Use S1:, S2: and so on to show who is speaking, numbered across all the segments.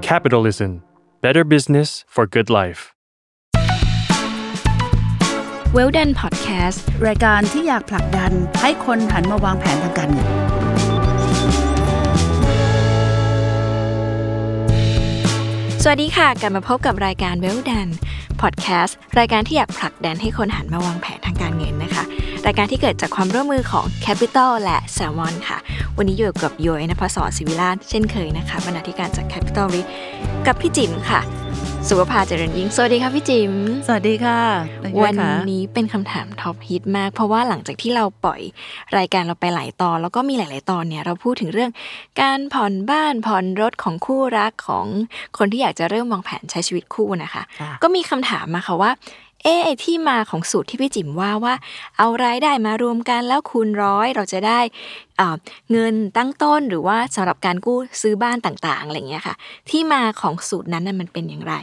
S1: Capitalism Better Business for Good Life
S2: w e l d o n Podcast
S3: รายการที่อยากผลักดันให้คนหันมาวางแผนทางการเงิน
S2: สวัสดีค่ะ กลับมาพบกับรายการ w e l d o n Podcast รายการที่อยากผลักดันให้คนหันมาวางแผนทางการเงินนะคะ รายการที่เกิดจากความร่วมมือของ Capital และ s a l m o n ค่ะ วันนี้อยู่กับโยยนภศรศิวิลาศเช่นเคยนะคะบรรณาธิการจาก Capital r i กับพี่จิมค่ะ สุภภาเจริญยิ่ง สวัสดีค่ะพี่จิม
S3: สวัสดีค่ะ
S2: วันนี้เป็นคำถามท็อปฮิตมาก เพราะว่าหลังจากที่เราปล่อยรายการเราไปหลายตอน แล้วก็มีหลาย ๆ ตอนเนี่ยเราพูดถึงเรื่อง การผ่อนบ้านผ่อนรถของคู่รักของคนที่อยากจะเริ่มวางแผนใช้ชีวิตคู่นะคะ
S3: ค่ะ
S2: ก็มีคำถามมาค่ะว่า เอะไอที่มาของสูตรที่พี่จิ๋มว่าว่า เอารายได้มารวมกันแล้วคูณร้อยเราจะได้เอ่อเงินตั้งต้นหรือว่าสำหรับการกู้ซื้อบ้านต่าง ๆอะไรอย่างเงี้ยค่ะ ที่มาของสูตรนั้นน่ะมันเป็นอย่างไร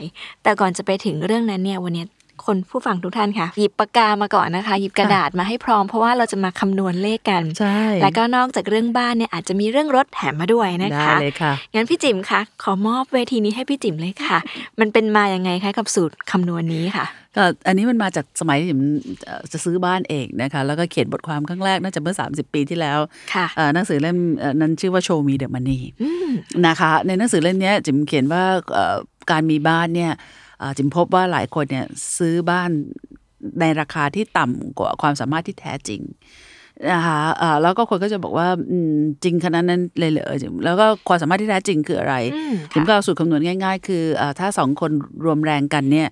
S2: แต่ก่อนจะไปถึงเรื่องนั้นเนี่ยวันเนี้ยคนผู้ฟังทุกท่านค่ะ หยิบปากกามาก่อนนะคะ หยิบกระดาษมาให้พร้อมเพราะว่าเราจะมาคำนวณเลขกัน
S3: ใช่
S2: แล้วก็นอกจากเรื่องบ้านเนี่ยอาจจะมีเรื่องรถแถมมาด้วยนะ
S3: ได้
S2: คะ
S3: เลยค่ะ
S2: งั้นพี่จิ๋มคะขอมอบเวทีนี้ให้พี่จิ๋มเลยค่ะ มันเป็นมายังไงคะกับสูตรคำนวณนี้ค่ะ
S3: ก็อันนี้มันมาจากสมัยที่ผมเอ่อจะซื้อบ้านเองนะคะ แล้วก็เขียนบทความครั้งแรกน่าจะเมื่อ 30 ปีที่แล้ว
S2: ค่ะ
S3: เอ่อหนังสือเล่มเอ่อนั้นชื่อว่า Show Me the Money
S2: อืม
S3: นะคะในหนังสือเล่มเนี้ยจิมเขียนว่าเอ่อการมีบ้านเนี่ยเอ่อจิมพบว่าหลายคนเนี่ยซื้อบ้านในราคาที่ต่ำกว่าความสามารถที่แท้จริงนะคะเอ่อแล้วก็คนก็จะบอกว่าอืมจริงขนาดนั้นเลยเหรอจิมแล้วก็ความสามารถที่แท้จริงคืออะไร
S2: อืมค่ะ
S3: จิมก็เอาสูตรคำนวณง่าย ๆ คือเอ่อถ้าสองคนรวมแรงกันเนี่ย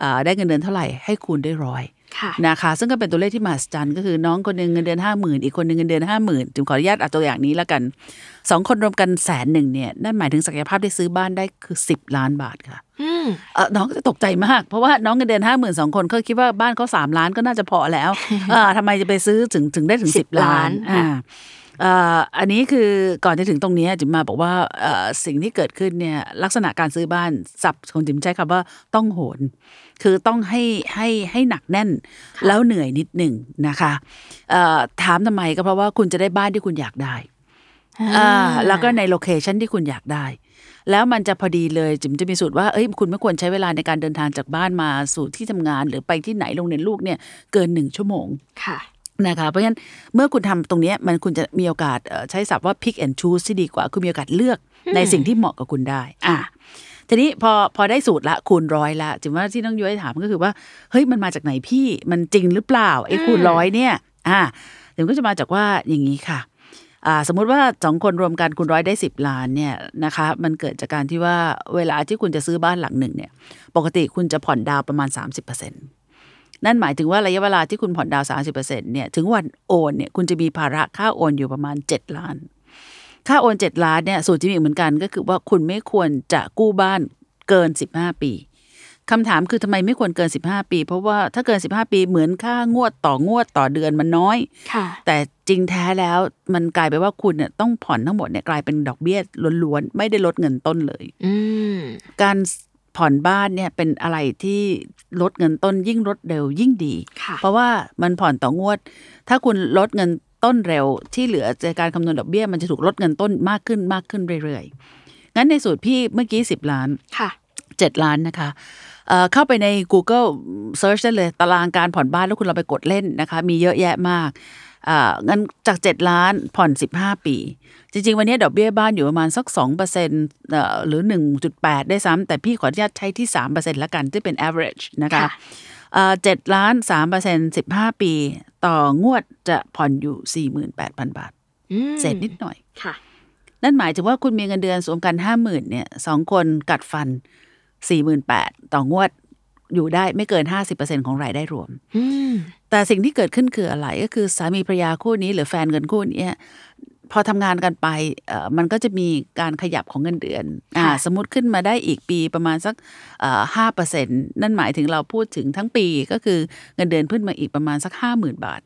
S3: เอ่อได้เงินเดือนเท่าไหร่ให้คูณด้วยร้อย
S2: ค่ะ
S3: นะคะซึ่งก็เป็นตัวเลขที่มหัศจรรย์ก็คือน้องคนหนึ่งเงินเดือนห้าหมื่นอีกคนหนึ่งเงินเดือนห้าหมื่นจึงขออนุญาตเอาตัวอย่างนี้แล้วกันสองคนรวมกันแสนหนึ่งเนี่ยนั่นหมายถึงศักยภาพได้ซื้อบ้านได้คือสิบล้านบาทค่ะ
S2: อืม
S3: เออน้องก็จะตกใจมาก เพราะว่าน้องเงินเดือนห้าหมื่นสองคนเขาคิดว่าบ้านเขาสามล้านก็น่าจะพอ แล้วเออทำไมจะไปซื้อถึงถึงได้ถึงสิบ
S2: 10
S3: ล้า
S2: ล้าน น
S3: อ่าเอ่ออันนี้คือก่อนจะถึงตรงเนี้ยจิมมาบอกว่าเอ่อสิ่งที่เกิดขึ้นเนี่ยลักษณะการซื้อบ้านศัพท์ของจิมใช้คำว่าต้องโหน คือต้องให้ให้ให้หนักแน่น แล้วเหนื่อยนิดหนึ่งนะคะเอ่อถามทำไมก็เพราะว่าคุณจะได้บ้านที่คุณอยากได้อ่าแล้วก็ในโลเคชันที่คุณอยากได้ แล้วมันจะพอดีเลยจิมจะมีสูตรว่าเอ้ยคุณไม่ควรใช้เวลาในการเดินทางจากบ้านมาสู่ที่ทำงาน หรือไปที่ไหนโรงเรียนลูกเนี่ยเกินหนึ่งชั่วโมง
S2: ค่ะ
S3: นะคะเพราะฉะนั้นเมื่อคุณทำตรงเนี้ยมันคุณจะมีโอกาสเอ่อใช้ศัพท์ว่า pick and choose ที่ดีกว่า คุณมีโอกาสเลือกในสิ่งที่เหมาะกับคุณได้อ่ะทีนี้พอพอได้สูตรละคูณร้อยละจิมว่าที่น้องย้อยถามก็คือว่า เฮ้ยมันมาจากไหนพี่มันจริงหรือเปล่าไอ้คูณร้อยเนี่ยอ่ะจิมก็จะมาจากว่าอย่างนี้ค่ะอ่าสมมุติว่าสองคนรวมกันคูณร้อยได้ 10 ล้านเนี่ยนะคะมันเกิดจากการที่ว่าเวลาที่คุณจะซื้อบ้านหลังหนึ่งเนี่ยปกติคุณจะผ่อนดาวน์ประมาณ 30% นั่นหมายถึงว่าระยะเวลาที่คุณผ่อนดาวน์30%เนี่ยถึงวันโอนเนี่ยคุณจะมีภาระค่าโอนอยู่ประมาณ 7 ล้าน ค่าโอน 7 ล้านเนี่ยสูตรจิมอีกเหมือนกันก็คือว่าคุณไม่ควรจะกู้บ้านเกิน 15 ปีคำถามคือทำไมไม่ควรเกิน 15 ปี เพราะว่าถ้าเกิน 15 ปีเหมือนค่างวดต่องวดต่อเดือนมันน้อย
S2: ค่ะ
S3: แต่จริงแท้แล้วมันกลายไปนว่าคุณเนี่ยต้องผ่อนทั้งหมดเนี่ยกลายเป็นดอกเบี้ยล้วนๆไม่ได้ลดเงินต้นเลย
S2: อืม
S3: การผ่อนบ้านเนี่ยเป็นอะไรที่ลดเงินต้นยิ่งลดเร็วยิ่งดี
S2: ค่ะ
S3: เพราะว่ามันผ่อนต่องวด ถ้าคุณลดเงินต้นเร็วที่เหลือจากการคำนวณดอกเบี้ย มันจะถูกลดเงินต้นมากขึ้นมากขึ้นเรื่อยๆ งั้นในสูตรพี่เมื่อกี้ 10 ล้าน
S2: ค่ะ
S3: 7 ล้านนะคะเอ่อเข้าไปใน Google Search ได้เลย ตารางการผ่อนบ้านแล้วคุณเราไปกดเล่นนะคะ มีเยอะแยะมากอ่างั้นจาก 7 ล้านผ่อน 15 ปี จริง ๆ วันนี้ดอกเบี้ยบ้านอยู่ประมาณสัก2%เอ่อหรือ 1.8 ได้วยซ้ำแต่พี่ขออนุญาตใช้ที่ 3%ละกัน ที่เป็น average นะคะ
S2: ค่ะ
S3: เจ็ดล้านสามเปอร์เซ็นต์สิบห้าปี ต่องวดจะผ่อนอยู่สี่หมื่นแปดพันบาท
S2: อืม
S3: เศษนิดหน่อย
S2: ค่ะ
S3: นั่นหมายถึงว่าคุณมีเงินเดือนสวมกันห้าหมื่นเนี่ยสองคนกัดฟันสี่หมื่นแปดต่องวดอยู่ได้ไม่เกินห้าสิบเปอร์เซ็นของรายได้รวม
S2: อืม
S3: แต่สิ่งที่เกิดขึ้นคืออะไรก็คือสามีภรรยาคู่นี้หรือแฟนเงินคู่เนี้ยพอทำงานกันไปเอ่อมันก็จะมีการขยับของเงินเดือนอ่า
S2: ค่ะ
S3: สมมติขึ้นมาได้อีกปีประมาณสักห้าเปอร์เซ็นนั่นหมายถึงเราพูดถึงทั้งปีก็คือเงินเดือนขึ้นมาอีกประมาณสักห้าหมื่นบาท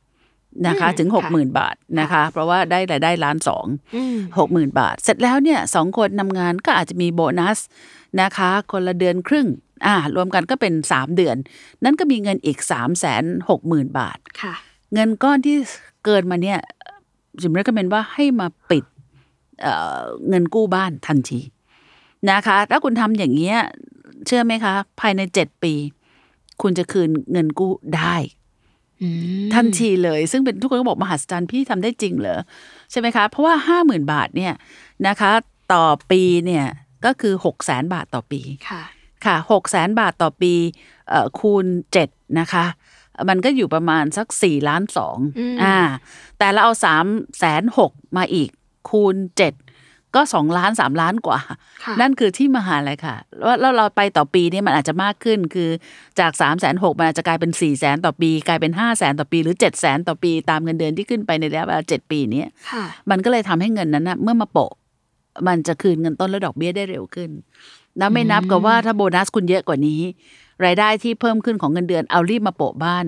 S3: นะคะถึงหกหมื่นบาทนะคะ เพราะว่าได้รายได้ล้านสอง
S2: อืม
S3: หกหมื่นบาท เสร็จแล้วเนี่ยสองคนทำงานก็อาจจะมีโบนัสนะคะ คนละเดือนครึ่งอ่ารวมกันก็เป็น 3 เดือน นั่นก็มีเงินอีก 3 6 0 0 0 0 บาท
S2: ค่ะ
S3: เงินก้อนที่เกินมาเนี่ยจิมเรียกเป็นว่าให้มาปิด เอ่อเงินกู้บ้านทันทีนะคะ ถ้าคุณทำอย่างเงี้ยเชื่อไหมคะ ภายในเจ็ดปี คุณจะคืนเงินกู้ได้
S2: อืม
S3: ทันทีเลย ซึ่งเป็นทุกคนก็บอกมหัศจรรย์พี่ทำได้จริงเหรอ ใช่ไหมคะ เพราะว่า 5 0,000 บาทเนี่ยนะคะ ต่อปีเนี่ยก็คือ 6 0แสนบาทต่อปี
S2: ค่ะ
S3: ค่ะ6 0แสนบาทต่อปีเอ่อคูณ 7 นะคะ มันก็อยู่ประมาณสัก 4 ล้านสองอ่า แต่เราเอา3แสนหกมาอีกคูณ 7 ก็ 2 ล้าน 3 ล้านกว่า
S2: ค่ะ
S3: นั่นคือที่มหาลัยค่ะแล้วแล้วเราไปต่อปีเนี่ยมันอาจจะมากขึ้นคือจาก3ามแสนหมันอาจจะกลายเป็น4ี่แสนต่อปี กลายเป็น5้าแสนต่อปีหรือ7จ็ดแสนต่อปี ตามเงินเดือนที่ขึ้นไปในระยะเวลาเจ็ดปีเนี้ย
S2: ค่ะ
S3: มันก็เลยทำให้เงินนั้นนะเมื่อมาโปะ มันจะคืนเงินต้นและดอกเบี้ยได้เร็วขึ้นนะไม่นับกับว่าถ้าโบนัสคุณเยอะกว่านี้ รายได้ที่เพิ่มขึ้นของเงินเดือนเอารีบมาโปะบ้าน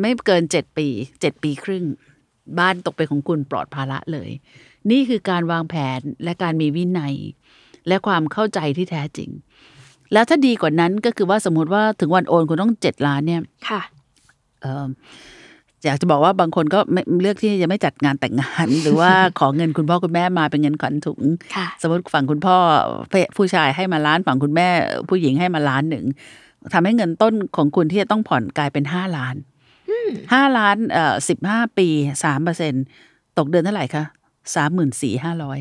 S3: ไม่เกินเจ็ดปีเจ็ดปีครึ่ง บ้านตกเป็นของคุณปลอดภาระเลย นี่คือการวางแผนและการมีวินัย และความเข้าใจที่แท้จริง แล้วถ้าดีกว่านั้นก็คือว่าสมมติว่าถึงวันโอนคุณต้องเจ็ดล้านเนี่ย
S2: ค่ะ
S3: เอิ่มอยากจะบอกว่าบางคนก็ไม่เลือกที่จะไม่จัดงานแต่งงาน หรือว่าขอเงินคุณพ่อคุณแม่มาเป็นเงินขวัญถุง
S2: ค่ะ
S3: สมมติฝั่งคุณพ่อผู้ชายให้มาล้านฝั่งคุณแม่ผู้หญิงให้มาล้านหนึ่งทำให้เงินต้นของคุณที่จะต้องผ่อนกลายเป็นห้าล้านห้าล้านเอ่อสิบห้าปีสามเปอร์เซ็นตกเดือนเท่าไหร่คะสามหมื่นสี่ห้าร้อย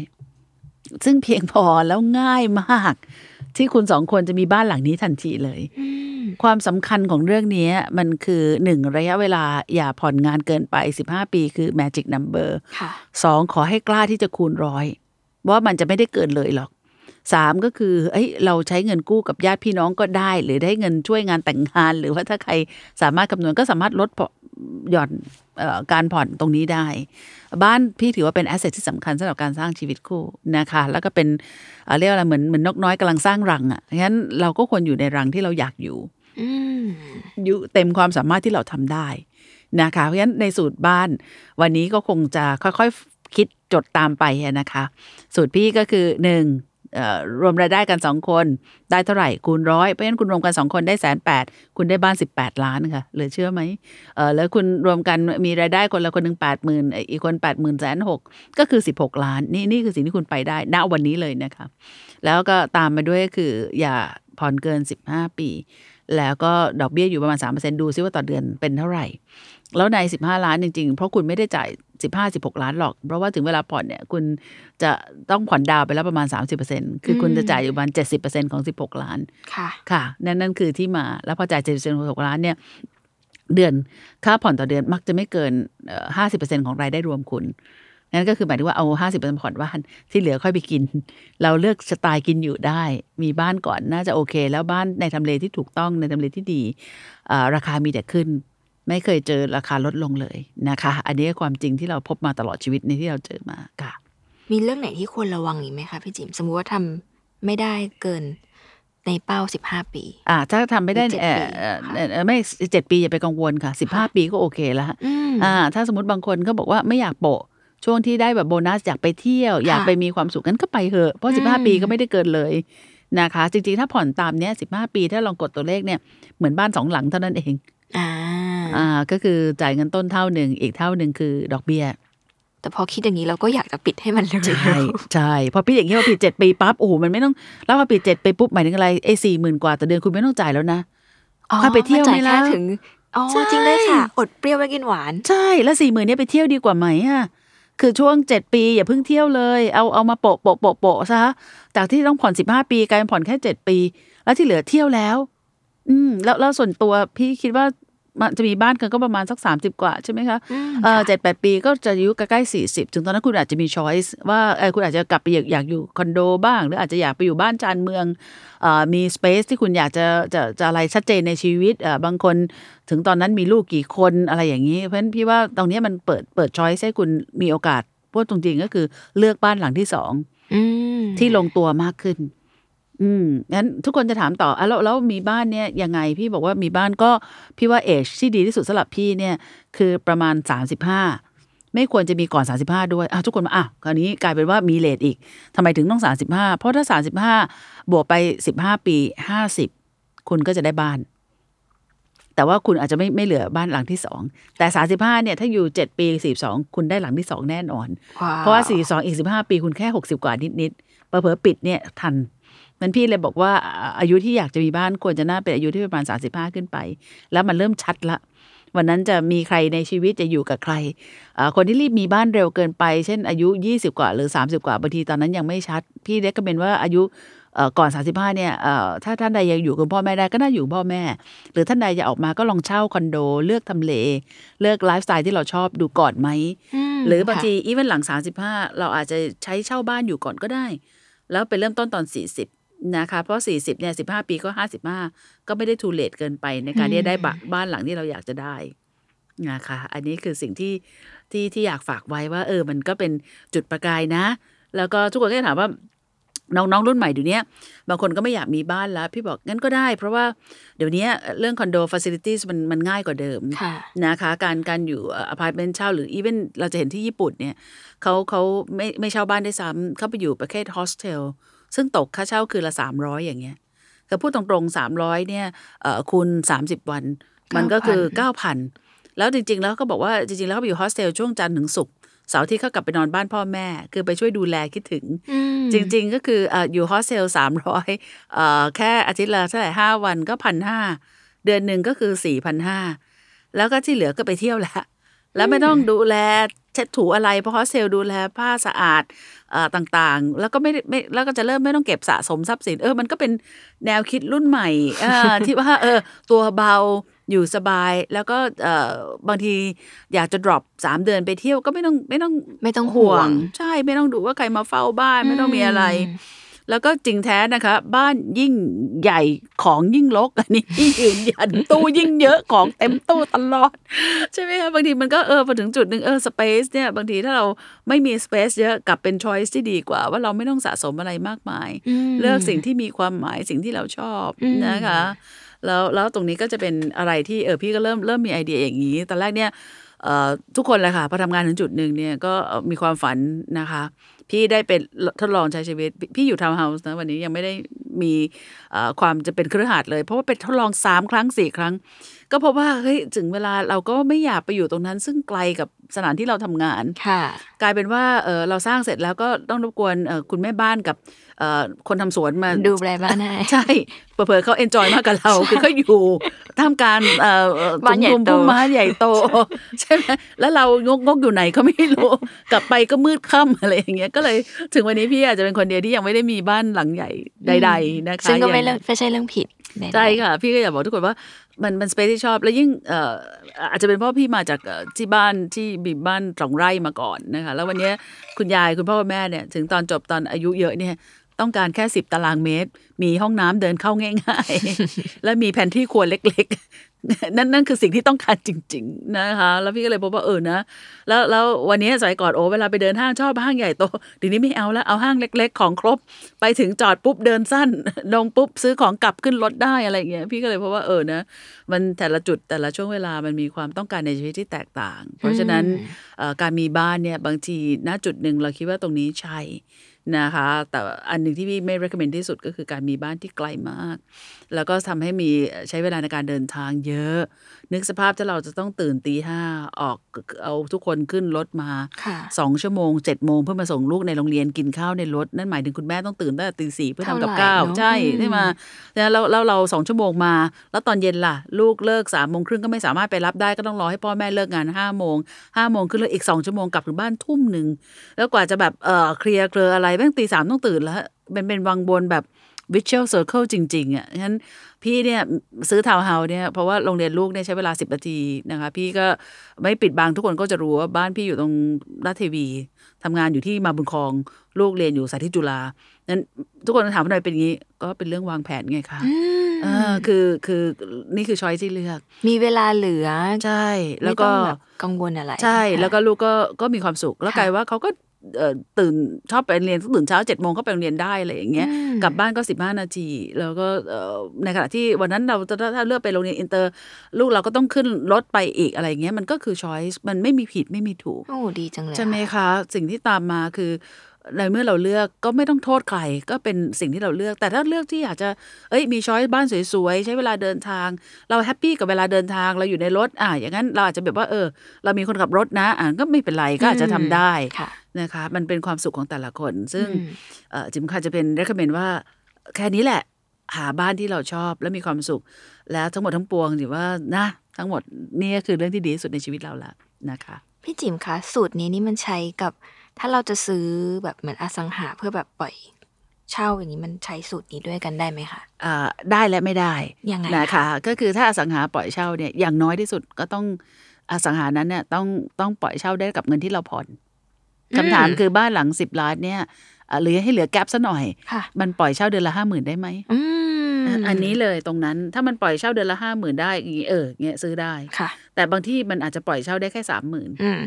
S3: ซึ่งเพียงพอแล้วง่ายมาก ที่คุณสองคนจะมีบ้านหลังนี้ทันทีเลย
S2: อืม
S3: ความสำคัญของเรื่องนี้มันคือหนึ่งระยะเวลาอย่าผ่อนงานเกินไป 15 ปีคือ magic number
S2: ค่ะ
S3: สองขอให้กล้าที่จะคูณร้อยว่ามันจะไม่ได้เกินเลยหรอกสามก็คือเอ้ยเราใช้เงินกู้กับญาติพี่น้องก็ได้ หรือได้เงินช่วยงานแต่งงาน หรือว่าถ้าใครสามารถคำนวณก็สามารถลดผ่อนหย่อนเอ่อการผ่อนตรงนี้ได้ บ้านพี่ถือว่าเป็นแอสเซทที่สำคัญสำหรับการสร้างชีวิตคู่นะคะ แล้วก็เป็นเอ่อเรียกว่าอะไรเหมือนเหมือนนกน้อยกำลังสร้างรังอะ่ะงั้นเราก็ควรอยู่ในรังที่เราอยากอยู่
S2: อืม
S3: อยู่เต็มความสามารถที่เราทำได้นะคะ เพราะฉะนั้นในสูตรบ้านวันนี้ก็คงจะค่อยๆคิดจดตามไปอะนะคะ สูตรพี่ก็คือหนึ่งเอ่อรวมรายได้กัน 2 คนได้เท่าไหร่คูณร้อยเพราะฉะนั้นคุณรวมกัน 2 คนได้แสนแปดคุณได้บ้าน 18 ล้านค่ะเหลือเชื่อไหมเออแล้วคุณรวมกันมีรายได้คนละคนหนึ่ง8 0 0 0 0 อีกคน 8 0 0 0 0แสนหกก็คือ 16 ล้านนี่นี่คือสิ่งที่คุณไปได้ณวันนี้เลยนะคะ แล้วก็ตามมาด้วยก็คืออย่าผ่อนเกิน 15 ปี แล้วก็ดอกเบี้ยอยู่ประมาณ 3%ดูซิว่าต่อเดือนเป็นเท่าไหร่ แล้วใน 15 ล้านจริงๆ เพราะคุณไม่ได้จ่าย 15 16 ล้านหรอก เพราะว่าถึงเวลาผ่อนเนี่ย คุณจะต้องผ่อนดาวน์ไปแล้วประมาณ 30%คือคุณจะจ่ายอยู่ประมาณ 70%ของ 16 ล้าน
S2: ค่ะ
S3: ค่ะ นั่นนั่นคือที่มา แล้วพอจ่ายเจ็ดสิบหกล้านเนี่ย เดือนค่าผ่อนต่อเดือนมักจะไม่เกินห้าสิบเปอร์เซ็นของรายได้รวมคุณ นั่นก็คือหมายถึงว่าเอาห้าสิบเปอร์เซ็นผ่อนบ้านที่เหลือค่อยไปกิน เราเลือกสไตล์กินอยู่ได้ มีบ้านก่อนน่าจะโอเค แล้วบ้านในทำเลที่ถูกต้องในทำเลที่ดีเอ่อราคามีแต่ขึ้น ไม่เคยเจอราคาลดลงเลยนะคะ อันนี้ก็ความจริงที่เราพบมาตลอดชีวิตในที่เราเจอมาค่ะ
S2: มีเรื่องไหนที่ควรระวังอีกไหมคะพี่จิม สมมุติว่าทำไม่ได้เกินในเป้าสิบห้าปี
S3: อ่าถ้าทำไม่ได้
S2: หรือ7
S3: เอ่อ
S2: ปี
S3: เอ่อ
S2: ค่ะ
S3: เอ่อเอ่อไม่เจ็ดปีอย่าไปกังวลค่ะสิบห้าปีก็โอเคแล้ว
S2: อืม
S3: อ่าถ้าสมมติบางคนก็บอกว่าไม่อยากโปะ ช่วงที่ได้แบบโบนัสอยากไปเที่ยว อยากไปมีความสุขกันก็ไปเถอะเพราะ
S2: อืม
S3: 15 ปีก็ไม่ได้เกินเลยนะคะ จริงๆ ถ้าผ่อนตามเนี้ย15 ปีถ้าลองกดตัวเลขเนี่ยเหมือนบ้านสองหลังเท่านั้นเอง
S2: อ่า
S3: อ่าก็คือจ่ายเงินต้นเท่าหนึ่งอีกเท่าหนึ่งคือดอกเบี้ย
S2: แต่พอคิดอย่างนี้เราก็อยากจะปิดให้มันเร็วๆ
S3: ใช่ใช่พอพี่อย่างนี้ยพอผิดเจ็ดปีปั๊บโอ้โหมันไม่ต้องแล้วพอผิดเจ็ดปีปุ๊บหมายถึงอะไรไอ้สี่หมื่นกว่าต่อเดือนคุณไม่ต้องจ่ายแล้วนะ
S2: อ๋อ
S3: ค่อยไปเที่ยว
S2: มันจ่า
S3: ไหม
S2: แค่
S3: ล่ะ
S2: ถึง อ๋อ
S3: ใช่
S2: จริงด้วยค่ะ อดเปรี้ยวไว้กินหวาน
S3: ใช่แล้วสี่หมื่นเนี่ยไปเที่ยวดีกว่าไหมอ่ะคือช่วงเจ็ดปีอย่าเพิ่งเที่ยวเลย เอาเอามาโปะโปะโปะโปะซะจากที่ต้องผ่อนสิบห้าปีกลายเป็นผ่อนแค่เจ็ดปี แล้วที่เหลือเที่ยวแล้ว อืม แล้วแล้วส่วนตัวพี่คิดว่ามันจะมีบ้านกันก็ประมาณสักสามสิบกว่าใช่ไหมคะ
S2: อืม
S3: เออ
S2: ค่ะ
S3: เจ็ดแปดปีก็จะอายุใกล้ๆสี่สิบถึงตอนนั้นคุณอาจจะมีช้อยส์ว่าเออคุณอาจจะกลับไปอยากอยากอยู่คอนโดบ้าง หรืออาจจะอยากไปอยู่บ้านจานเมืองเอ่อมีสเปซที่คุณอยากจะจะจะอะไรชัดเจนในชีวิตเอ่อบางคน ถึงตอนนั้นมีลูกกี่คนอะไรอย่างนี้ เพราะฉะนั้นพี่ว่าตรงเนี้ยมันเปิดเปิดช้อยให้คุณมีโอกาสพูดตรงจริงก็คือเลือกบ้านหลังที่สอง
S2: อืม
S3: ที่ลงตัวมากขึ้น อืมงั้นทุกคนจะถามต่ออ่ะแล้วแล้วมีบ้านเนี่ยยังไงพี่บอกว่ามีบ้านก็พี่ว่าเอชที่ดีที่สุดสำหรับพี่เนี่ย คือประมาณ 35 ไม่ควรจะมีก่อน 35 ด้วยอ่ะทุกคนมาอ่ะคราวนี้กลายเป็นว่ามีเลทอีกทำไมถึงต้อง 35 เพราะถ้า 35 บวกไป 15 ปี 50 คุณก็จะได้บ้าน แต่ว่าคุณอาจจะไม่ไม่เหลือบ้านหลังที่สองแต่ 35เนี่ยถ้าอยู่7ปี42 คุณได้หลังที่สองแน่นอน เพราะว่า 42 อีก 15 ปี คุณแค่ 60 กว่านิดๆเผลอๆปิดเนี่ยทัน มันพี่เลยบอกว่าอ่าอายุที่อยากจะมีบ้านควรจะน่าเป็นอายุที่ประมาณ 35 ขึ้นไป แล้วมันเริ่มชัดละ วันนั้นจะมีใครในชีวิตจะอยู่กับใครอ่าคนที่รีบมีบ้านเร็วเกินไป เช่นอายุ 20 กว่าหรือ 30 กว่าบางทีตอนนั้นยังไม่ชัด พี่เล็กก็เป็นว่าอายุเอ่อก่อน 35เนี่ยเอ่อถ้าท่านใดยังอยู่กับพ่อแม่ได้ก็น่าอยู่กับพ่อแม่ หรือท่านใดจะออกมาก็ลองเช่าคอนโด เลือกทำเล เลือกไลฟ์สไตล์ที่เราชอบดูก่อนไหม
S2: ม
S3: หรือบาง
S2: ค่ะ
S3: ทีอีเวนหลัง 35 เราอาจจะใช้เช่าบ้านอยู่ก่อนก็ได้ แล้วไปเริ่มต้นตอน 40 นะคะ เพราะ 40เนี่ย15 ปีก็ 55 ก็ไม่ได้ทูเลตเกินไปในการที่จะได้บะบ้านหลังที่เราอยากจะได้นะคะ อันนี้คือสิ่งที่ที่ที่อยากฝากไว้ว่า เออ มันก็เป็นจุดประกายนะ แล้วก็ทุกคนก็จะถามว่า น้องๆรุ่นใหม่เดี๋ยวนี้บางคนก็ไม่อยากมีบ้านแล้ว พี่บอกงั้นก็ได้ เพราะว่าเดี๋ยวนี้เรื่องคอนโดฟ a c i l i t i e s มันมันง่ายกว่าเดิม
S2: ค่ะ
S3: นะคะการการอยู่อพาร์ตเมนต์เช่าหรืออีเวนเราจะเห็นที่ญี่ปุ่นเนี่ยเขาเขาไม่ไม่เช่าบ้านได้วยซ้ำเขาไปอยู่ประเภทโฮสเทลซึ่งตกค่าเช่าคือละ 300 อย่างเงี้ยก็พูดตรงๆ 300เนี่ยเอ่อคูณ 30 วัน มันก็คือ 9,000 แล้วจริง ๆ แล้วก็บอกว่าจริง ๆ แล้วเขาไปอยู่โฮสเทลช่วงจันทร์ถึงศุกร์เสาร์อาที่เขากลับไปนอนบ้านพ่อแม่ คือไปช่วยดูแลคิดถึง
S2: อืม
S3: จริง ๆ ก็คือเอ่ออยู่โฮสเทลสามร้อยแค่อาทิตย์ละเท่าไหร่ห้าวันก็พันห้าเดือนหนึ่งก็คือสี่พันห้าแล้วก็ที่เหลือก็ไปเที่ยวแหละแล้วไม่ต้องดูแลเช็ดถูอะไร เพราะโฮสเทลดูแลผ้าสะอาดเอ่อต่างๆ แล้วก็ไม่ได้ไม่แล้วก็จะเริ่มไม่ต้องเก็บสะสมทรัพย์สินเออมันก็เป็นแนวคิดรุ่นใหม่เอ อ ที่ว่าเออตัวเบาอยู่สบาย แล้วก็เอ่อบางทีอยากจะ drop สามเดือนไปเที่ยวก็ไม่ต้องไม่ต้อง
S2: ไม่ต้องห่วง
S3: ใช่ไม่ต้องดูว่าใครมาเฝ้าบ้านไม่ต้องมีอะไร แล้วก็จริงแท้นะคะ บ้านยิ่งใหญ่ของยิ่งลก อันนี้ยิ่งยืนยันตู้ยิ่งเยอะของเต็มตู้ตลอด ใช่ไหมคะบางทีมันก็เออพอถึงจุดหนึ่งเออสเปซเนี่ยบางทีถ้าเราไม่มีสเปซเยอะกลับเป็นช้อยส์ที่ดีกว่า ว่าเราไม่ต้องสะสมอะไรมากมาย
S2: ม
S3: เลือกสิ่งที่มีความหมายสิ่งที่เราชอบ
S2: อืม
S3: นะคะแล้วแล้วตรงนี้ก็จะเป็นอะไรที่เออพี่ก็เริ่มเริ่มมีไอเดียอย่างนี้ตอนแรกเนี่ยเอ่อทุกคนแหละค่ะพอทำงานถึงจุดหนึ่งเนี่ยก็เอ่อมีความฝันนะคะ พี่ได้เป็นทดลองใช้ชีวิตพี่พี่อยู่ทาวน์เฮาส์นะวันนี้ยังไม่ได้มีเอ่อความจะเป็นเครือข่ายเลย เพราะว่าเป็นทดลองสามครั้งสี่ครั้ง ก็พบว่าเฮ้ยถึงเวลาเราก็ไม่อยากไปอยู่ตรงนั้น ซึ่งไกลกับสถานที่เราทำงาน
S2: ค่ะ
S3: กลายเป็นว่าเออเราสร้างเสร็จแล้วก็ต้องรบกวนเอ่อคุณแม่บ้านกับเอ่อคนทำสวนมา
S2: ดูแลบ้านให้
S3: ใช่เผลอๆเขาเอนจอยมากกับเรา คือเขาอยู่ท่ามกลางเอ่อเอ่อ
S2: บ้านใหญ่
S3: ทุ่ง
S2: โต
S3: พุ่มไม้ใหญ่โต ใช่ไหมแล้วเรางกงกๆอยู่ไหนก็ไม่รู้ กลับไปก็มืดค่ำอะไรอย่างเงี้ยก็เลยถึงวันนี้พี่อาจจะเป็นคนเดียวที่ยังไม่ได้มีบ้านหลังใหญ่ใด ๆ นะคะ
S2: ซึ่งก็ไม่
S3: ยัง
S2: เรื่องไม่ใช่เรื่องผิดใดๆ
S3: ใช่ค่ะ พี่ก็อยากบอกทุกคนว่ามันมันสเปซที่ชอบแล้วยิ่งเอ่ออาจจะเป็นเพราะพี่มาจากเอ่อที่บ้านที่บีบ้านสองไร่มาก่อนนะคะแล้ววันเนี้ยคุณยายคุณพ่อคุณแม่เนี่ยถึงตอนจบตอนอายุเยอะเนี่ยต้องการแค่ 10 ตารางเมตร มีห้องน้ำเดินเข้าง่ายๆ และมีแผนที่ครัวเล็กๆ นั่นนั่นคือสิ่งที่ต้องการจริง ๆนะคะ แล้วพี่ก็เลยพบว่าเออนะ แล้วแล้ววันนี้สมัยก่อนโอ้เวลาไปเดินห้างชอบห้างใหญ่โตเดี๋ยวนี้ไม่เอาแล้วเอาห้างเล็ก ๆ ของครบ ไปถึงจอดปุ๊บเดินสั้น ลงปุ๊บซื้อของกลับขึ้นรถได้อะไรอย่างเงี้ยพี่ก็เลยเพราะว่าเออนะ มันแต่ละจุดแต่ละช่วงเวลามันมีความต้องการในชีวิตที่แตกต่าง เพราะฉะนั้นเอ่อการมีบ้านเนี่ยบางทีณจุดหนึ่งเราคิดว่าตรงนี้ใช่ นะคะ แต่อันหนึ่งที่พี่ไม่ recommend ที่สุดก็คือการมีบ้านที่ไกลมาก แล้วก็ทำให้มีใช้เวลาในการเดินทางเยอะ นึกสภาพถ้าเราจะต้องตื่นตีห้าออกเอาทุกคนขึ้นรถมา
S2: ค่ะ
S3: สองชั่วโมงเจ็ดโมงเพื่อมาส่งลูกในโรงเรียนกินข้าวในรถ นั่นหมายถึงคุณแม่ต้องตื่นตั้งแต่ตีสี่เพื่อทำกับข้าว
S2: เท่าไหร่เนอะ
S3: ใช่
S2: อืม
S3: ใช่ไหมแล้วแล้วแล้วเราสองชั่วโมงมา แล้วตอนเย็นล่ะ ลูกเลิกสามโมงครึ่งก็ไม่สามารถไปรับได้ก็ต้องรอให้พ่อแม่เลิกงานห้าโมงห้าโมงขึ้นรถอีกสองชั่วโมงกลับถึงบ้านทุ่มหนึ่ง แล้วกว่าจะแบบเออเคลียร์เคลืออะไรแม่งตีสามต้องตื่นแล้วเป็นเป็นวังบนแบบวิชเชลเซอร์เคิลจริง ๆ อ่ะ งั้นพี่เนี่ยซื้อทาวน์เฮาส์เนี่ยเพราะว่าโรงเรียนลูกเนี่ยใช้เวลาสิบนาทีนะคะ พี่ก็ไม่ปิดบังทุกคนก็จะรู้ว่าบ้านพี่อยู่ตรงราชเทวีทำงานอยู่ที่มาบุญครอง ลูกเรียนอยู่สาธิตจุฬานั้นทุกคนถามว่าทำไมเป็นอย่างนี้ก็เป็นเรื่องวางแผนไงคะ
S2: อืม
S3: เออคือคือนี่คือช้อยที่เลือก
S2: มีเวลาเหลือ
S3: ใช่
S2: ไม่
S3: แล้ว
S2: ต้
S3: ก็
S2: องบบกังวลอะไร
S3: ใช่
S2: ค่ะ
S3: แล้วก็ลูกก็ก็มีความสุขแล้ว
S2: ค่ะ
S3: กลายว่าเขาก็เอ่อตื่นชอบไปเรียนตื่นเช้าเจ็ดโมงก็ไปโรงเรียนได้อะไรอย่างเงี้ย
S2: อืม
S3: กลับบ้านก็สิบห้านาทีแล้วก็เอ่อในขณะที่วันนั้นเราจะถ้าเลือกไปโรงเรียนอินเตอร์ ลูกเราก็ต้องขึ้นรถไปอีกอะไรอย่างเงี้ยมันก็คือช้อยส์มันไม่มีผิดไม่มีถูก
S2: โอ้ดีจังเลย
S3: ใช่ไหม
S2: ค่ะ
S3: คะ สิ่งที่ตามมาคือ ในเมื่อเราเลือกก็ไม่ต้องโทษใครก็เป็นสิ่งที่เราเลือก แต่ถ้าเลือกที่อยากจะเอ้ยมีช้อยบ้านสวยๆ ใช้เวลาเดินทาง เราแฮปปี้กับเวลาเดินทางเราอยู่ในรถอ่ะอย่างนั้นเราอาจจะแบบว่าเออ เรามีคนขับรถนะอ่ะก็ไม่เป็นไรก็อาจจะทำได้
S2: ค่ะ
S3: นะคะ มันเป็นความสุขของแต่ละคน ซึ่ง
S2: อืม
S3: เอ่อจิมค่ะจะเป็น recommend ว่าแค่นี้แหละ หาบ้านที่เราชอบและมีความสุข แล้วทั้งหมดทั้งปวงถือว่านะทั้งหมดนี่ก็คือเรื่องที่ดีที่สุดในชีวิตเราละนะคะ
S2: พี่จิ๋มคะสูตรนี้นี่มันใช้กับ ถ้าเราจะซื้อแบบเหมือนอสังหาเพื่อแบบปล่อยเช่าอย่างนี้มันใช้สูตรนี้ด้วยกันได้ไหมคะ
S3: อ่าได้และไม่ได้
S2: ยังไง
S3: นะคะ ก็คือถ้าอสังหาปล่อยเช่าเนี่ยอย่างน้อยที่สุดก็ต้องอสังหานั้นเนี่ยต้องต้องปล่อยเช่าได้กับเงินที่เราผ่อน
S2: อืม
S3: คำถามคือบ้านหลังสิบล้านเนี่ยอ่าเหลือให้เหลือแก๊ปซะหน่อย
S2: ค่ะ
S3: มันปล่อยเช่าเดือนละห้าหมื่นได้ไหม
S2: อืม
S3: อ่ะอันนี้เลยตรงนั้นถ้ามันปล่อยเช่าเดือนละห้าหมื่นได้อย่างงี้เออเงี้ยซื้อได้
S2: ค่ะ
S3: แต่บางที่มันอาจจะปล่อยเช่าได้แค่สามหมื่น
S2: อืม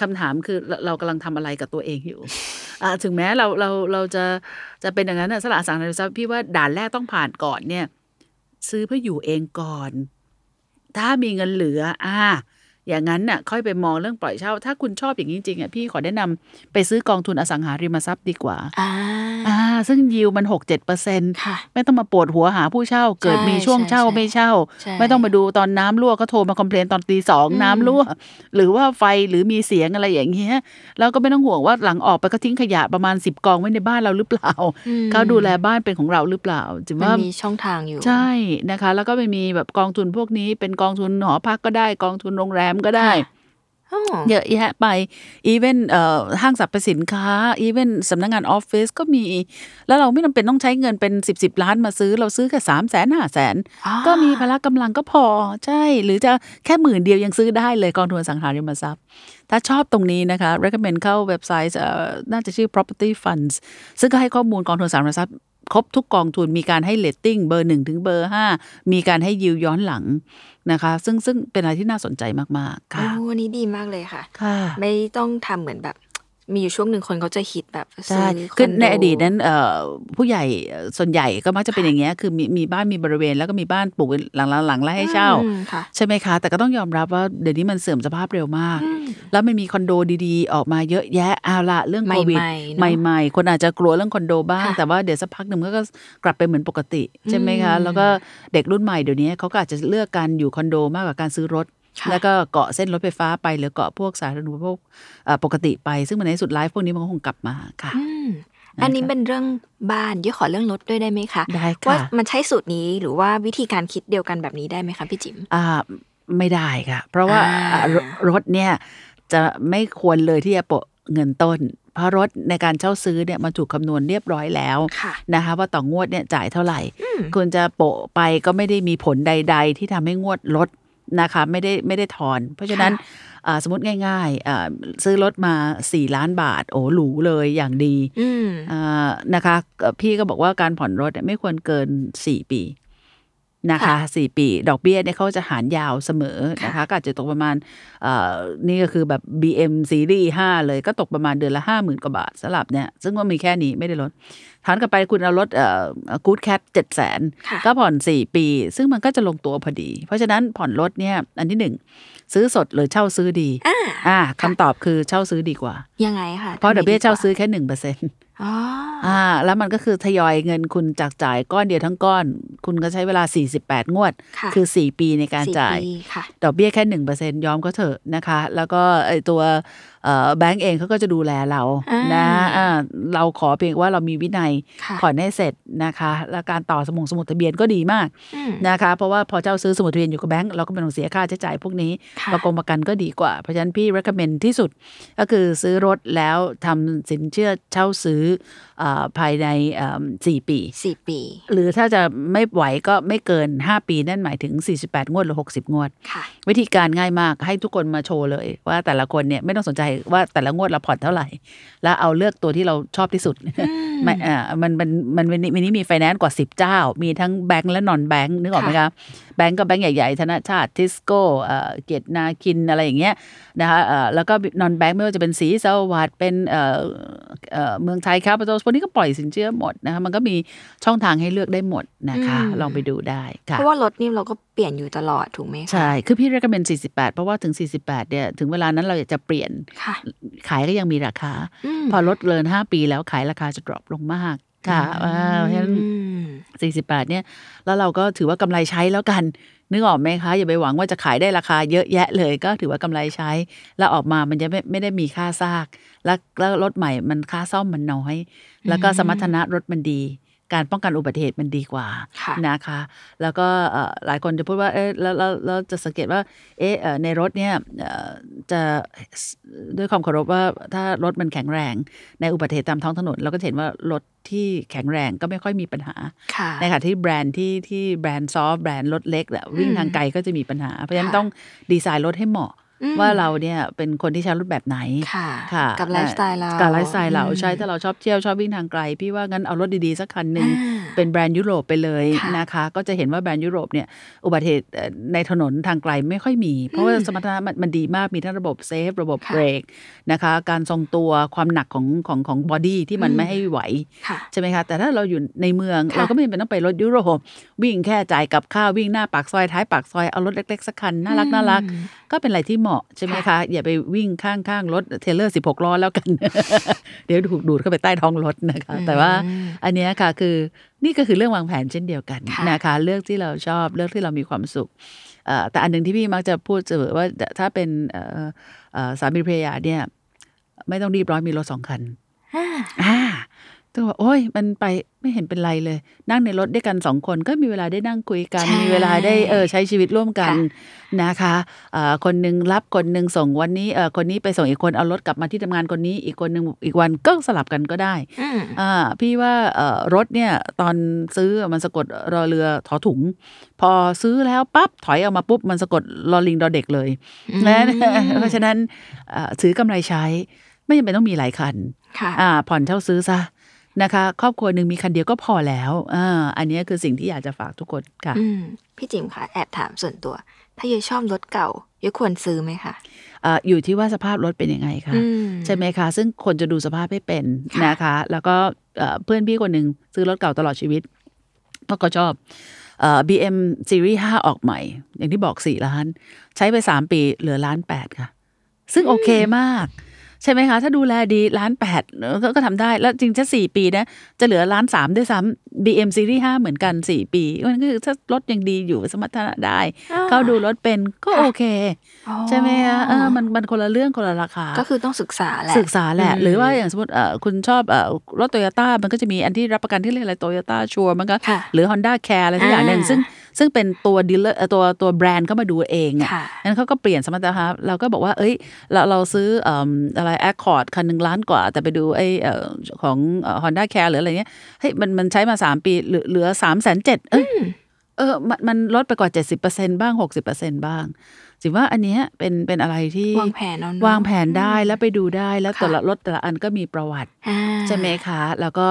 S3: คำถามคือเราเรากำลังทำอะไรกับตัวเองอยู่ อ่ะถึงแม้เราเราเราจะจะเป็นอย่างนั้นน่ะสละอสังหาริมทรัพย์พี่ว่าด่านแรกต้องผ่านก่อนเนี่ย ซื้อเพื่ออยู่เองก่อน ถ้ามีเงินเหลือ อ่า อย่างนั้นน่ะ ค่อยไปมองเรื่องปล่อยเช่า ถ้าคุณชอบอย่างนี้จริงๆอ่ะพี่ขอแนะนำไปซื้อกองทุนอสังหาริมทรัพย์ดีกว่า
S2: อ่า
S3: อ่า ซึ่งยิวมันหกเจ็ดเปอร์เซ็นต์
S2: ค่ะ
S3: ไม่ต้องมาปวดหัวหาผู้เช่า เกิดมีช่วงเช่า
S2: ใช่ใช่
S3: ไม่เช่า
S2: ใช่
S3: ไม่ต้องมาดูตอนน้ำรั่วก็โทรมาคอมเพลนตอนตีสอง
S2: อืม
S3: น้ำรั่ว หรือว่าไฟหรือมีเสียงอะไรอย่างเงี้ยแล้วก็ไม่ต้องห่วงว่าหลังออกไปก็ทิ้งขยะประมาณสิบกองไว้ในบ้านเราหรือเปล่า
S2: อืม
S3: เขาดูแลบ้านเป็นของเราหรือเปล่าจิม
S2: มัน
S3: ว่า
S2: มีช่องทางอยู่
S3: ใช่นะคะ แล้วก็ไม่มีแบบกองทุนพวกนี้ เป็นกองทุนหอพักก็ได้ กองทุนโรงแรมก็ได้
S2: อ๋อ
S3: เยอะแยะไปอีเวนเอ่อห้างสรรพสินค้าอีเวนสำนักงานออฟฟิศก็มี แล้วเราไม่จำเป็นต้องใช้เงินเป็น 10บๆล้านมาซื้อเราซื้อแค่สามแสนห้าแสน
S2: อ๋อ
S3: ก็มีพละกำลังก็พอใช่ หรือจะแค่หมื่นเดียวยังซื้อได้เลยกองทุนอสังหาริมทรัพย์ ถ้าชอบตรงนี้นะคะ recommend เข้าเว็บไซต์เอ่อน่าจะชื่อ property funds ซึ่งก็ให้ข้อมูลกองทุนอสังหาริมทรัพย์ ครบทุกกองทุนมีการให้เลตติ้งเบอร์หนึ่งถึงเบอร์ห้ามีการให้ยิวย้อนหลังนะคะ ซึ่งซึ่งเป็นอะไรที่น่าสนใจมากๆ ค่ะ
S2: โอ้อันนี้ดีมากเลยค่ะ
S3: ค่ะ
S2: ไม่ต้องทำเหมือนแบบ มีอยู่ช่วงหนึ่งคนเขาจะฮิตแบบ
S3: ใช่
S2: ซื้
S3: คือ
S2: โ
S3: ในอดีตนั้นเอ่อผู้ใหญ่เอ่อส่วนใหญ่ก็มักจะเป็นอย่างเงี้ยคือมีมีบ้านมีบริเวณแล้วก็มีบ้านปลูกไว้หลังๆๆแล้วให้เช่า
S2: อืมค่ะ
S3: ใช่ไหมคะ แต่ก็ต้องยอมรับว่าเดี๋ยวนี้มันเสื่อมสภาพเร็วมาก
S2: อืม
S3: แล้วมันมีคอนโดดีๆ ออกมาเยอะแยะเอาละเรื่องโควิด
S2: ใหม่ๆเนอะ
S3: ใหม่ ๆ คนอาจจะกลัวเรื่องคอนโดบ้าง
S2: ค่ะ
S3: แต่ว่าเดี๋ยวสักพักหนึ่งมันก็กลับไปเหมือนปกติ ใช่ไหมคะ
S2: อืม
S3: แล้วก็เด็กรุ่นใหม่เดี๋ยวนี้เขาก็อาจจะเลือกการอยู่คอนโดมากกว่าการซื้อรถ
S2: ค่ะ
S3: แล้วก็เกาะเส้นรถไฟฟ้าไปหรือเกาะพวกสาธารณูปโภคเอ่อปกติไป ซึ่งมันในที่สุดไลฟ์พวกนี้มันก็คงกลับมาค่ะ
S2: อืมอันนี้
S3: นะคะ
S2: เป็นเรื่องบ้านยี่ขอเรื่องรถด้วยได้ไหมคะ
S3: ได้
S2: ว่า
S3: ค่ะ
S2: มันใช้สูตรนี้หรือว่าวิธีการคิดเดียวกันแบบนี้ได้ไหมคะพี่จิ๋ม
S3: อ่าไม่ได้ค่ะ เพราะว่า
S2: อ่า
S3: อ่ารรถเนี่ยจะไม่ควรเลยที่จะโปะเงินต้น เพราะรถในการเช่าซื้อเนี่ยมันถูกคำนวณเรียบร้อยแล้ว
S2: ค่ะ
S3: นะคะว่าต่องวดเนี่ยจ่ายเท่าไหร่
S2: อืม
S3: คุณจะโปะไปก็ไม่ได้มีผลใด ๆ ที่ทำให้งวดลดนะคะไม่ได้ไม่ได้ถอน เพราะฉะนั้นอ่าสมมติง่ายๆอ่าซื้อรถมา 4 ล้านบาท โอ้หรูเลยอย่างดี
S2: อืม
S3: อ่านะคะเอ่อพี่ก็บอกว่าการผ่อนรถเนี่ยไม่ควรเกิน 4 ปี นะคะ
S2: ค่ะ
S3: สี่ปี ดอกเบี้ยเนี่ยเขาจะหารยาวเสมอนะ
S2: ค่ะ
S3: คะ ก็อาจจะตกประมาณเอ่อนี่ก็คือแบบ BM ซีรีส์5เลยก็ตกประมาณเดือนละ 5 0,000 กว่าบาทสำหรับเนี่ย ซึ่งว่ามีแค่นี้ไม่ได้ลดฐานกลับไปคุณเอาลดเอ่อกู๊ดแคทเจ็ดแสน
S2: ค่ะ
S3: ก็ผ่อน 4 ปี ซึ่งมันก็จะลงตัวพอดี เพราะฉะนั้นผ่อนรถเนี่ย อันที่หนึ่งซื้อสดหรือเช่าซื้อดี
S2: อ่า
S3: อ่าคำตอบคือเช่าซื้อดีกว่า
S2: ยังไงคะ
S3: เพราะ
S2: ทำไม
S3: ดอกเบี้ยเช่า
S2: ว่
S3: ซื้อแค่หนึ่งเปอร์เซ็นต์
S2: อ๋อ
S3: อ่าแล้วมันก็คือทยอยเงินคุณจากจ่ายก้อนเดียวทั้งก้อน คุณก็ใช้เวลา 48 งวด
S2: ค่ะ
S3: คือ 4 ปีในการ
S2: สี่
S3: จ่าย
S2: ปีค่ะ
S3: ดอกเบี้ยแค่หนึ่งเปอร์เซ็นยอมก็เถอะนะคะ แล้วก็ไอตัวเอ่อแบงก์เองเขาก็จะดูแลเรา
S2: อ่าน
S3: นะอ่าเราขอเพียงว่าเรามีวินัย
S2: ค่ะ
S3: ผ่อนให้เสร็จนะคะ แล้วการต่อสมุงสมุดทะเบียนก็ดีมาก
S2: อืม
S3: นะคะ เพราะว่าพอเจ้าซื้อสมุดทะเบียนอยู่กับแบงก์เราก็ไม่ต้องเสียค่าใช้จ่ายพวกนี้
S2: ค่ะ
S3: ประกงประกันก็ดีกว่า เพราะฉะนั้นพี่ recommend ที่สุดก็คือซื้อรถแล้วทำสินเชื่อเช่าซื้อเออภายในเอิ่ม4 ปี
S2: สี่ปี
S3: หรือถ้าจะไม่ไหวก็ไม่เกิน 5 ปีนั่นหมายถึง 48 งวดหรือ 60 งวด
S2: ค่ะ
S3: วิธีการง่ายมากให้ทุกคนมาโชว์เลย ว่าแต่ละคนเนี่ยไม่ต้องสนใจว่าแต่ละงวดเราผ่อนเท่าไหร่ แล้วเอาเลือกตัวที่เราชอบที่สุด
S2: ม
S3: ไม่เอ่อมันมันมันวันนี้วันนี้มีไฟแนนซ์กว่า 10 เจ้า มีทั้งแบงก์และนอนแบงก์นึกออกไหม
S2: ค่ะ
S3: คะแบงก์ก็แบงก์ใหญ่ๆ ธนาชาติทิสโก้เอ่อเกียรตินาคินอะไรอย่างเงี้ยนะคะเอ่อแล้วก็นอนแบงก์ไม่ว่าจะเป็นสีสวัสด์เป็นเอ่อเอ่อเมืองไทยครับพวก คนนี้ก็ปล่อยสินเชื่อหมดนะคะมันก็มีช่องทางให้เลือกได้หมดนะคะ
S2: อืม
S3: ลองไปดูได้ค่ะ
S2: เพราะว่ารถนี่เราก็เปลี่ยนอยู่ตลอดถูกไหมคะ
S3: ใช่ คือพี่ recommend 48 เพราะว่าถึง 48เนี่ยถึงเวลานั้นเราอยากจะเปลี่ยน
S2: ค่ะ
S3: ขายก็ยังมีราคา
S2: อืม
S3: พอลดเกิน 5 ปีแล้วขายราคาจะ drop ลงมากค่ะอ่าเพราะฉะนั้น
S2: อืม
S3: 48เนี่ยแล้วเราก็ถือว่ากำไรใช้แล้วกัน นึกออกไหมคะ อย่าไปหวังว่าจะขายได้ราคาเยอะแยะเลย ก็ถือว่ากำไรใช้ แล้วออกมามันจะไม่ไม่ได้มีค่าซาก แล้วแล้วรถใหม่มันค่าซ่อมมันน้อย แล้วก็
S2: อืม
S3: สมรรถนะรถมันดี การป้องกันอุบัติเหตุมันดีกว่า
S2: ค่ะ
S3: นะคะ แล้วก็เอ่อหลายคนจะพูดว่า เอ๊ะแล้วแล้วแล้วจะสังเกตว่า เอ๊ะเอ่อในรถเนี่ยเอ่อจะด้วยความเคารพว่าถ้ารถมันแข็งแรง ในอุบัติเหตุตามท้องถนน เราก็จะเห็นว่ารถที่แข็งแรงก็ไม่ค่อยมีปัญหา
S2: ค่ะ
S3: ในขณะที่แบรนด์ที่ที่แบรนด์ซอฟต์แบรนด์รถเล็กแหละวิ่ง
S2: อืม
S3: ทางไกลก็จะมีปัญหา เพราะฉะนั้น
S2: ค่ะ
S3: ต้องดีไซน์รถให้เหมาะ
S2: อืม
S3: ว่าเราเนี่ยเป็นคนที่ใช้รถแบบไหน
S2: ค่ะ
S3: ค่ะ
S2: กับไลฟ์สไตล์เรา
S3: กับไลฟ์สไตล์เรา
S2: อืม
S3: ใช่ถ้าเราชอบเที่ยวชอบวิ่งทางไกล พี่ว่างั้นเอารถดีๆสักคันหนึ่ง
S2: อ่า
S3: เป็นแบรนด์ยุโรปไปเลย
S2: ค่ะ
S3: นะคะ ก็จะเห็นว่าแบรนด์ยุโรปเนี่ยอุบัติเหตุเอ่อในถนนทางไกลไม่ค่อยมี เพราะว่าสมรรถนะมันมันดีมากมีทั้งระบบเซฟ ระบบ
S2: ค่ะ
S3: เบรกนะคะ การทรงตัวความหนักของของของบอดี้ที่มัน
S2: อืม
S3: ไม่ให้ไหว
S2: ค่ะ
S3: ใช่ไหมคะ แต่ถ้าเราอยู่ในเมือง
S2: ค่ะ
S3: เราก็ไม่จำเป็นต้องไปรถยุโรปวิ่งแค่จ่ายกับข้าววิ่งหน้าปากซอยท้ายปากซอยเอารถเล็กๆสักคันน่ารักน่ารัก
S2: อืม
S3: ก็เป็นอะไรที่เหมาะใช่ไหมคะ อย่าไปวิ่งข้างข้างๆรถเทรลเลอร์สิบหกล้อแล้วกัน เดี๋ยวถูกดูดเข้าไปใต้ท้องรถนะคะ แต่ว่า
S2: อืม
S3: อันเนี้ยค่ะคือนี่ก็คือเรื่องวางแผนเช่นเดียวกัน
S2: ค่ะ
S3: นะคะ เลือกที่เราชอบเลือกที่เรามีความสุขเอ่อแต่อันหนึ่งที่พี่มักจะพูดเสมอว่าถ้าเป็นเอ่อเอ่อสามีภรรยาเนี่ยไม่ต้องรีบร้อนมีรถสองคัน
S2: อ่า
S3: อ่าตัวโอ้ยมันไปไม่เห็นเป็นไรเลย นั่งในรถด้วยกันสองคนก็มีเวลาได้นั่งคุยกัน
S2: ใช่
S3: มีเวลาได้เออใช้ชีวิตร่วมกั
S2: ค
S3: น
S2: ่ะ
S3: นะคะเอ่อคนหนึ่งรับคนหนึ่งส่งวันนี้เออคนนี้ไปส่งอีกคนเอารถกลับมาที่ทำงานคนนี้อีกคนหนึ่งอีกวันก็สลับกันก็ได้
S2: ืม
S3: อ่าพี่ว่าเอ่อรถเนี่ยตอนซื้อมันสะกดรอเรือถอถุง พอซื้อแล้วปั๊บถอยออกมาปุ๊บมันสะกดรอลิงดอเด็กเลยนะ เพราะฉะนั้นเอ่อถือกำไรใช้ ไม่จำเป็นต้องมีหลายคัน
S2: ค่ะ
S3: อ่าผ่อนเช่าซื้อซะนะคะ ครอบครัวหนึ่งมีคันเดียวก็พอแล้วอ่าอันเนี้ยคือสิ่งที่อยากจะฝากทุกคนค่ะ
S2: อืมพี่จิมคะแอบถามส่วนตัว ถ้าเยชอบรถเก่าเยควรซื้อไหมคะ
S3: อ่าอยู่ที่ว่าสภาพรถเป็นยังไงคะ
S2: อืม
S3: ใช่ไหมคะ ซึ่งคนจะดูสภาพให้เป็น
S2: ค่ะ
S3: นะคะ แล้วก็เอ่อเพื่อนพี่คนหนึ่งซื้อรถเก่าตลอดชีวิตเพราะก็ชอบเอ่อ BM Series 5 ออกใหม่ อย่างที่บอก 4 ล้าน ใช้ไป 3 ปีเหลือล้าน 8 ค่ะ ซึ่งโอเคมาก ใช่ไหมคะ ถ้าดูแลดีล้านแปดก็ทำได้แล้วจริงถ้าสี่ปีนะ จะเหลือล้านสามด้วยซ้ำ BM Series 5 เหมือนกัน 4 ปีมันก็คือถ้ารถยังดีอยู่สมรรถนะได้
S2: อ่า
S3: เข้าดูรถเป็นก็โอเค
S2: อ๋อ
S3: ใช่ไหมคะเออมันมันคนละเรื่องคนละราคา
S2: ก็คือต้องศึกษาแหละ
S3: ศึกษาแหละ
S2: อืม
S3: หรือว่าอย่างสมมติเอ่อคุณชอบเอ่อรถโตโยต้ามันก็จะมีอันที่รับประกันที่เรียกอะไรโตโยต้าชัวมันก็
S2: ค่ะ
S3: หรือ Honda Care อะไรทุกอย่างหนึ่ง
S2: อ่า
S3: ซึ่งซึ่งเป็นตัวดีลเลอร์เอ่อตัวตัวแบรนด์เข้ามาดูเองอะ
S2: ค่ะ
S3: นั้นเขาก็เปลี่ยนสมรรถภาพเราก็บอกว่า เอ้ย เราเราซื้อเอิ่มอะไรแอคคอร์ดคันหนึ่งล้านกว่า แต่ไปดูไอเอ่อของฮอนด้าแคร์หรืออะไรเนี้ยเฮ้ยมันมันใช้มาสามปีเหลือเหลือสามแสนเจ็ดเอ้ยเออมันมันลดไปกว่าเจ็ดสิบเปอร์เซ็นบ้างหกสิบเปอร์เซ็นบ้างสิว่าอันเนี้ยเป็นเป็นอะไรที่
S2: วางแผนเอาเนอะ
S3: วางแผนได้แล้วไปดูได้แล้ว
S2: ค่ะ
S3: แต่ละรถแต่ละอันก็มีประวัติ
S2: อ่า
S3: ใช่ไหมคะ แล้วก็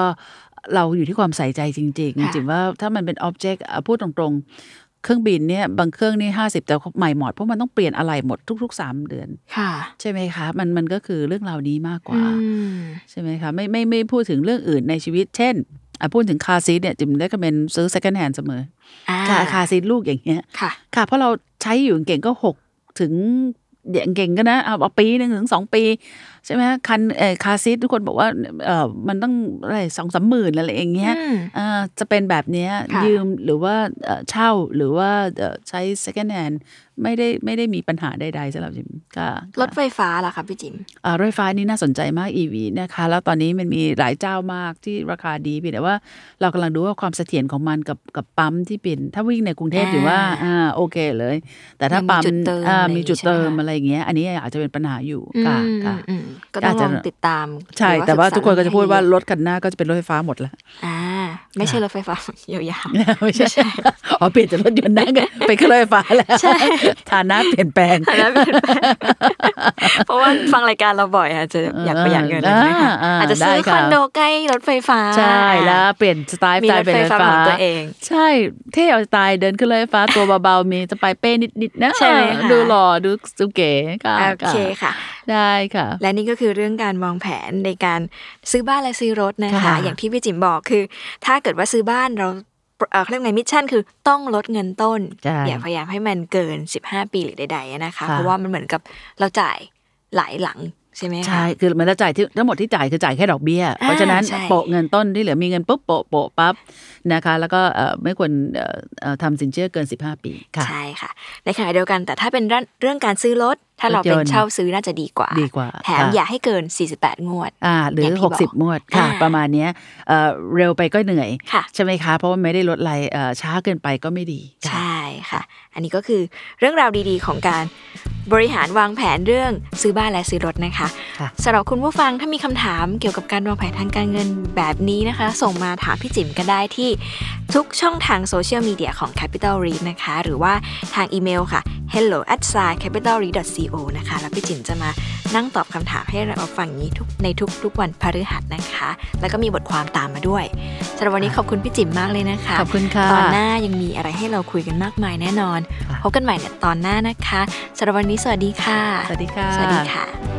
S3: เราอยู่ที่ความใส่ใจจริง
S2: ค่ะ
S3: ๆจิมว่าถ้ามันเป็นอ็อบเจกต์พูดตรงๆ เครื่องบินเนี่ยบางเครื่องนี่ห้าสิบแต่ใหม่หมดเพราะมันต้องเปลี่ยนอะไรหมดทุกๆสามเดือน
S2: ค่ะ
S3: ใช่ไหมคะ มันมันก็คือเรื่องราวนี้มากก
S2: อื
S3: ว่า
S2: ม
S3: ใช่ไหมคะ ไม่ไม่ไม่พูดถึงเรื่องอื่นในชีวิต เช่นอ่ะพูดถึงคาซีเนี่ยจิมได้คอมเมนซื้อ second hand เสมอ
S2: อ่า
S3: ค่ะคาซีลูกอย่างเงี้ย
S2: ค่ะ
S3: ค่ะเพราะเราใช้อยู่เก่งก็หกถึงอย่างเก่งก็นะเอาเอาปีหนึ่งถึงสองปี ใช่ไหมคันเออคาร์ซีททุกคนบอกว่าเออมันต้องอะไรสองสามหมื่นอะไรอย่างเงี้ย
S2: อืม
S3: เอ่อจะเป็นแบบเนี้ย
S2: ค่ะ
S3: ยืมหรือว่าเอ่อเช่าหรือว่าเอ่อใช้ second hand ไม่ได้ไม่ได้มีปัญหาใดๆสำหรับจิมค่ะ
S2: รถไฟฟ้าล่ะคะพี่จิม
S3: เอ่อรถไฟฟ้านี่น่าสนใจมาก EV นะคะ แล้วตอนนี้มันมีหลายเจ้ามากที่ราคาดีเพียงแต่ว่าเรากำลังดูว่าความเสถียรของมันกับกับปั๊มที่เป็นถ้าวิ่งในกรุงเทพอยู่ว่า
S2: อ่า
S3: อ่าโอเคเลย แต่ถ้า
S2: ยั
S3: ปั๊
S2: ง
S3: ม
S2: มีจุดเติม
S3: อ่า
S2: อะไรอย่างงี้ใช่ไหมคะ
S3: มีจุดเติมอะไรอย่างเงี้ย อันนี้อาจจะเป็นปัญหาอยู่ค่ะ
S2: อืม
S3: ค่ะ
S2: อืมก็ต้องล
S3: อาจ
S2: อง
S3: จะ
S2: ติดตาม
S3: ใช่
S2: หรือ
S3: แต่ว่า
S2: ศึษ
S3: ทุกคนก็จะพูดว่า
S2: ให้
S3: รถคันหน้าก็จะเป็นรถไฟฟ้าหมดแล้ว
S2: อ่า ไม่ใช่รถไฟฟ้า ยาว
S3: ไม่ใช่ อ๋อ เปลี่ยนจากรถยนต์นั่ง ไปขึ้นรถไฟฟ้าแล้ว
S2: ใช่
S3: ฐานะเปลี่ยนแปลง
S2: ๆอันนั้นเป็นเพราะว่าฟังรายการเราบ่อยอาจจะอยากประหยัดเงินอะไรนะคะ
S3: า
S2: อาจจะซื้อ
S3: ได้
S2: คอนโดใกล้รถไฟฟ้า
S3: ใช่ แล้วเปลี่ยนสไตล์
S2: มี
S3: กลาร ย
S2: ถ
S3: เป็น
S2: ไฟ
S3: รถไฟ
S2: ฟ้าของ
S3: ฟ้า
S2: ตัวเอง
S3: ใช่เท่เอาสไตล์เดินขึ้นรถไฟฟ้าตัวเบาๆมีสไปเป้นิดๆนะ
S2: ใช่ไหมคะ
S3: ดูหล่อดูดูเก๋ค่ะ
S2: โอเค
S3: ค่ะ
S2: ค่ะ
S3: ได้ค่ะ
S2: และนี่ก็คือเรื่องการวางแผนในการซื้อบ้านและซื้อรถนะคะ
S3: ค่ะ
S2: อย่างที่พี่จิมบอกคือ ถ้าเกิดว่าซื้อบ้านเราเอ่อเขาเรียกไงมิชชั่นคือต้องลดเงินต้น
S3: ใช่
S2: อย่าพยายามให้มันเกิน 15 ปีหรือใดๆนะคะ
S3: ค่ะ
S2: เพราะว่ามันเหมือนกับเราจ่ายหลายหลังใช่ไหมคะ
S3: ใช่ คือมันจะจ่ายที่ทั้งหมดที่จ่ายคือจ่ายแค่ดอกเบี้ย เพราะฉะนั้น
S2: ใช่
S3: โปะเงินต้นที่เหลือมีเงินปุ๊บโปะโปะปั๊บนะคะ แล้วก็เอ่อไม่ควรเอ่อเอ่อทำสินเชื่อเกิน 15 ปีค่ะ
S2: ใช่ค่ะ ในขณะเดียวกันแต่ถ้าเป็นเรื่องเรื่องการซื้อรถ ถ้าเราเป็น
S3: รถยนต์
S2: เช่าซื้อน่าจะดีกว่า
S3: ดีกว่า
S2: แถม
S3: ค่ะ
S2: อย่าให้เกิน 48 งวด
S3: อ่าหรื
S2: ย่า
S3: อ
S2: งที่บอก
S3: 60 มวดค่ะ
S2: อ่า
S3: ประมาณเนี้ยเอ่อเร็วไปก็เหนื่อย
S2: ค่ะ
S3: ใช่ไหมคะ เพราะว่าไม่ได้ลดอะไรเอ่อช้าเกินไปก็ไม่ดี
S2: ใช
S3: ค่ะ
S2: ่ค่ะ อันนี้ก็คือเรื่องราวดีๆ ของการบริหารวางแผนเรื่องซื้อบ้านและซื้อรถนะคะ
S3: ค่ะ
S2: สำหรับคุณผู้ฟังถ้ามีคำถามเกี่ยวกับการวางแผนทางการเงินแบบนี้นะคะ ส่งมาถามพี่จิ๋มก็ได้ที่ทุกช่องทางโซเชียลมีเดียของ Capital r e นะคะ หรือว่าทางอีเมลค่ะ hello at s i capital r e co นะคะ แล้วพี่จิ๋มจะมานั่งตอบคำถามให้เราฟังอย่างนี้ทุกในทุกๆวันพฤหัสนะคะ แล้วก็มีบทความตามมาด้วยสำหรับวันนี้ขอบคุณพี่จิ๋มมากเลยนะคะ
S3: ขอบคุณค่ะ
S2: ตอนหน้ายังมีอะไรให้เราคุยกันมากมายแน่นอน
S3: ค่ะ
S2: พบกันใหม่ในตอนหน้านะคะสำหรับวันนี้สวัสดีค่ะ
S3: สวัสดีค่ะ
S2: สวัสดีค่ะ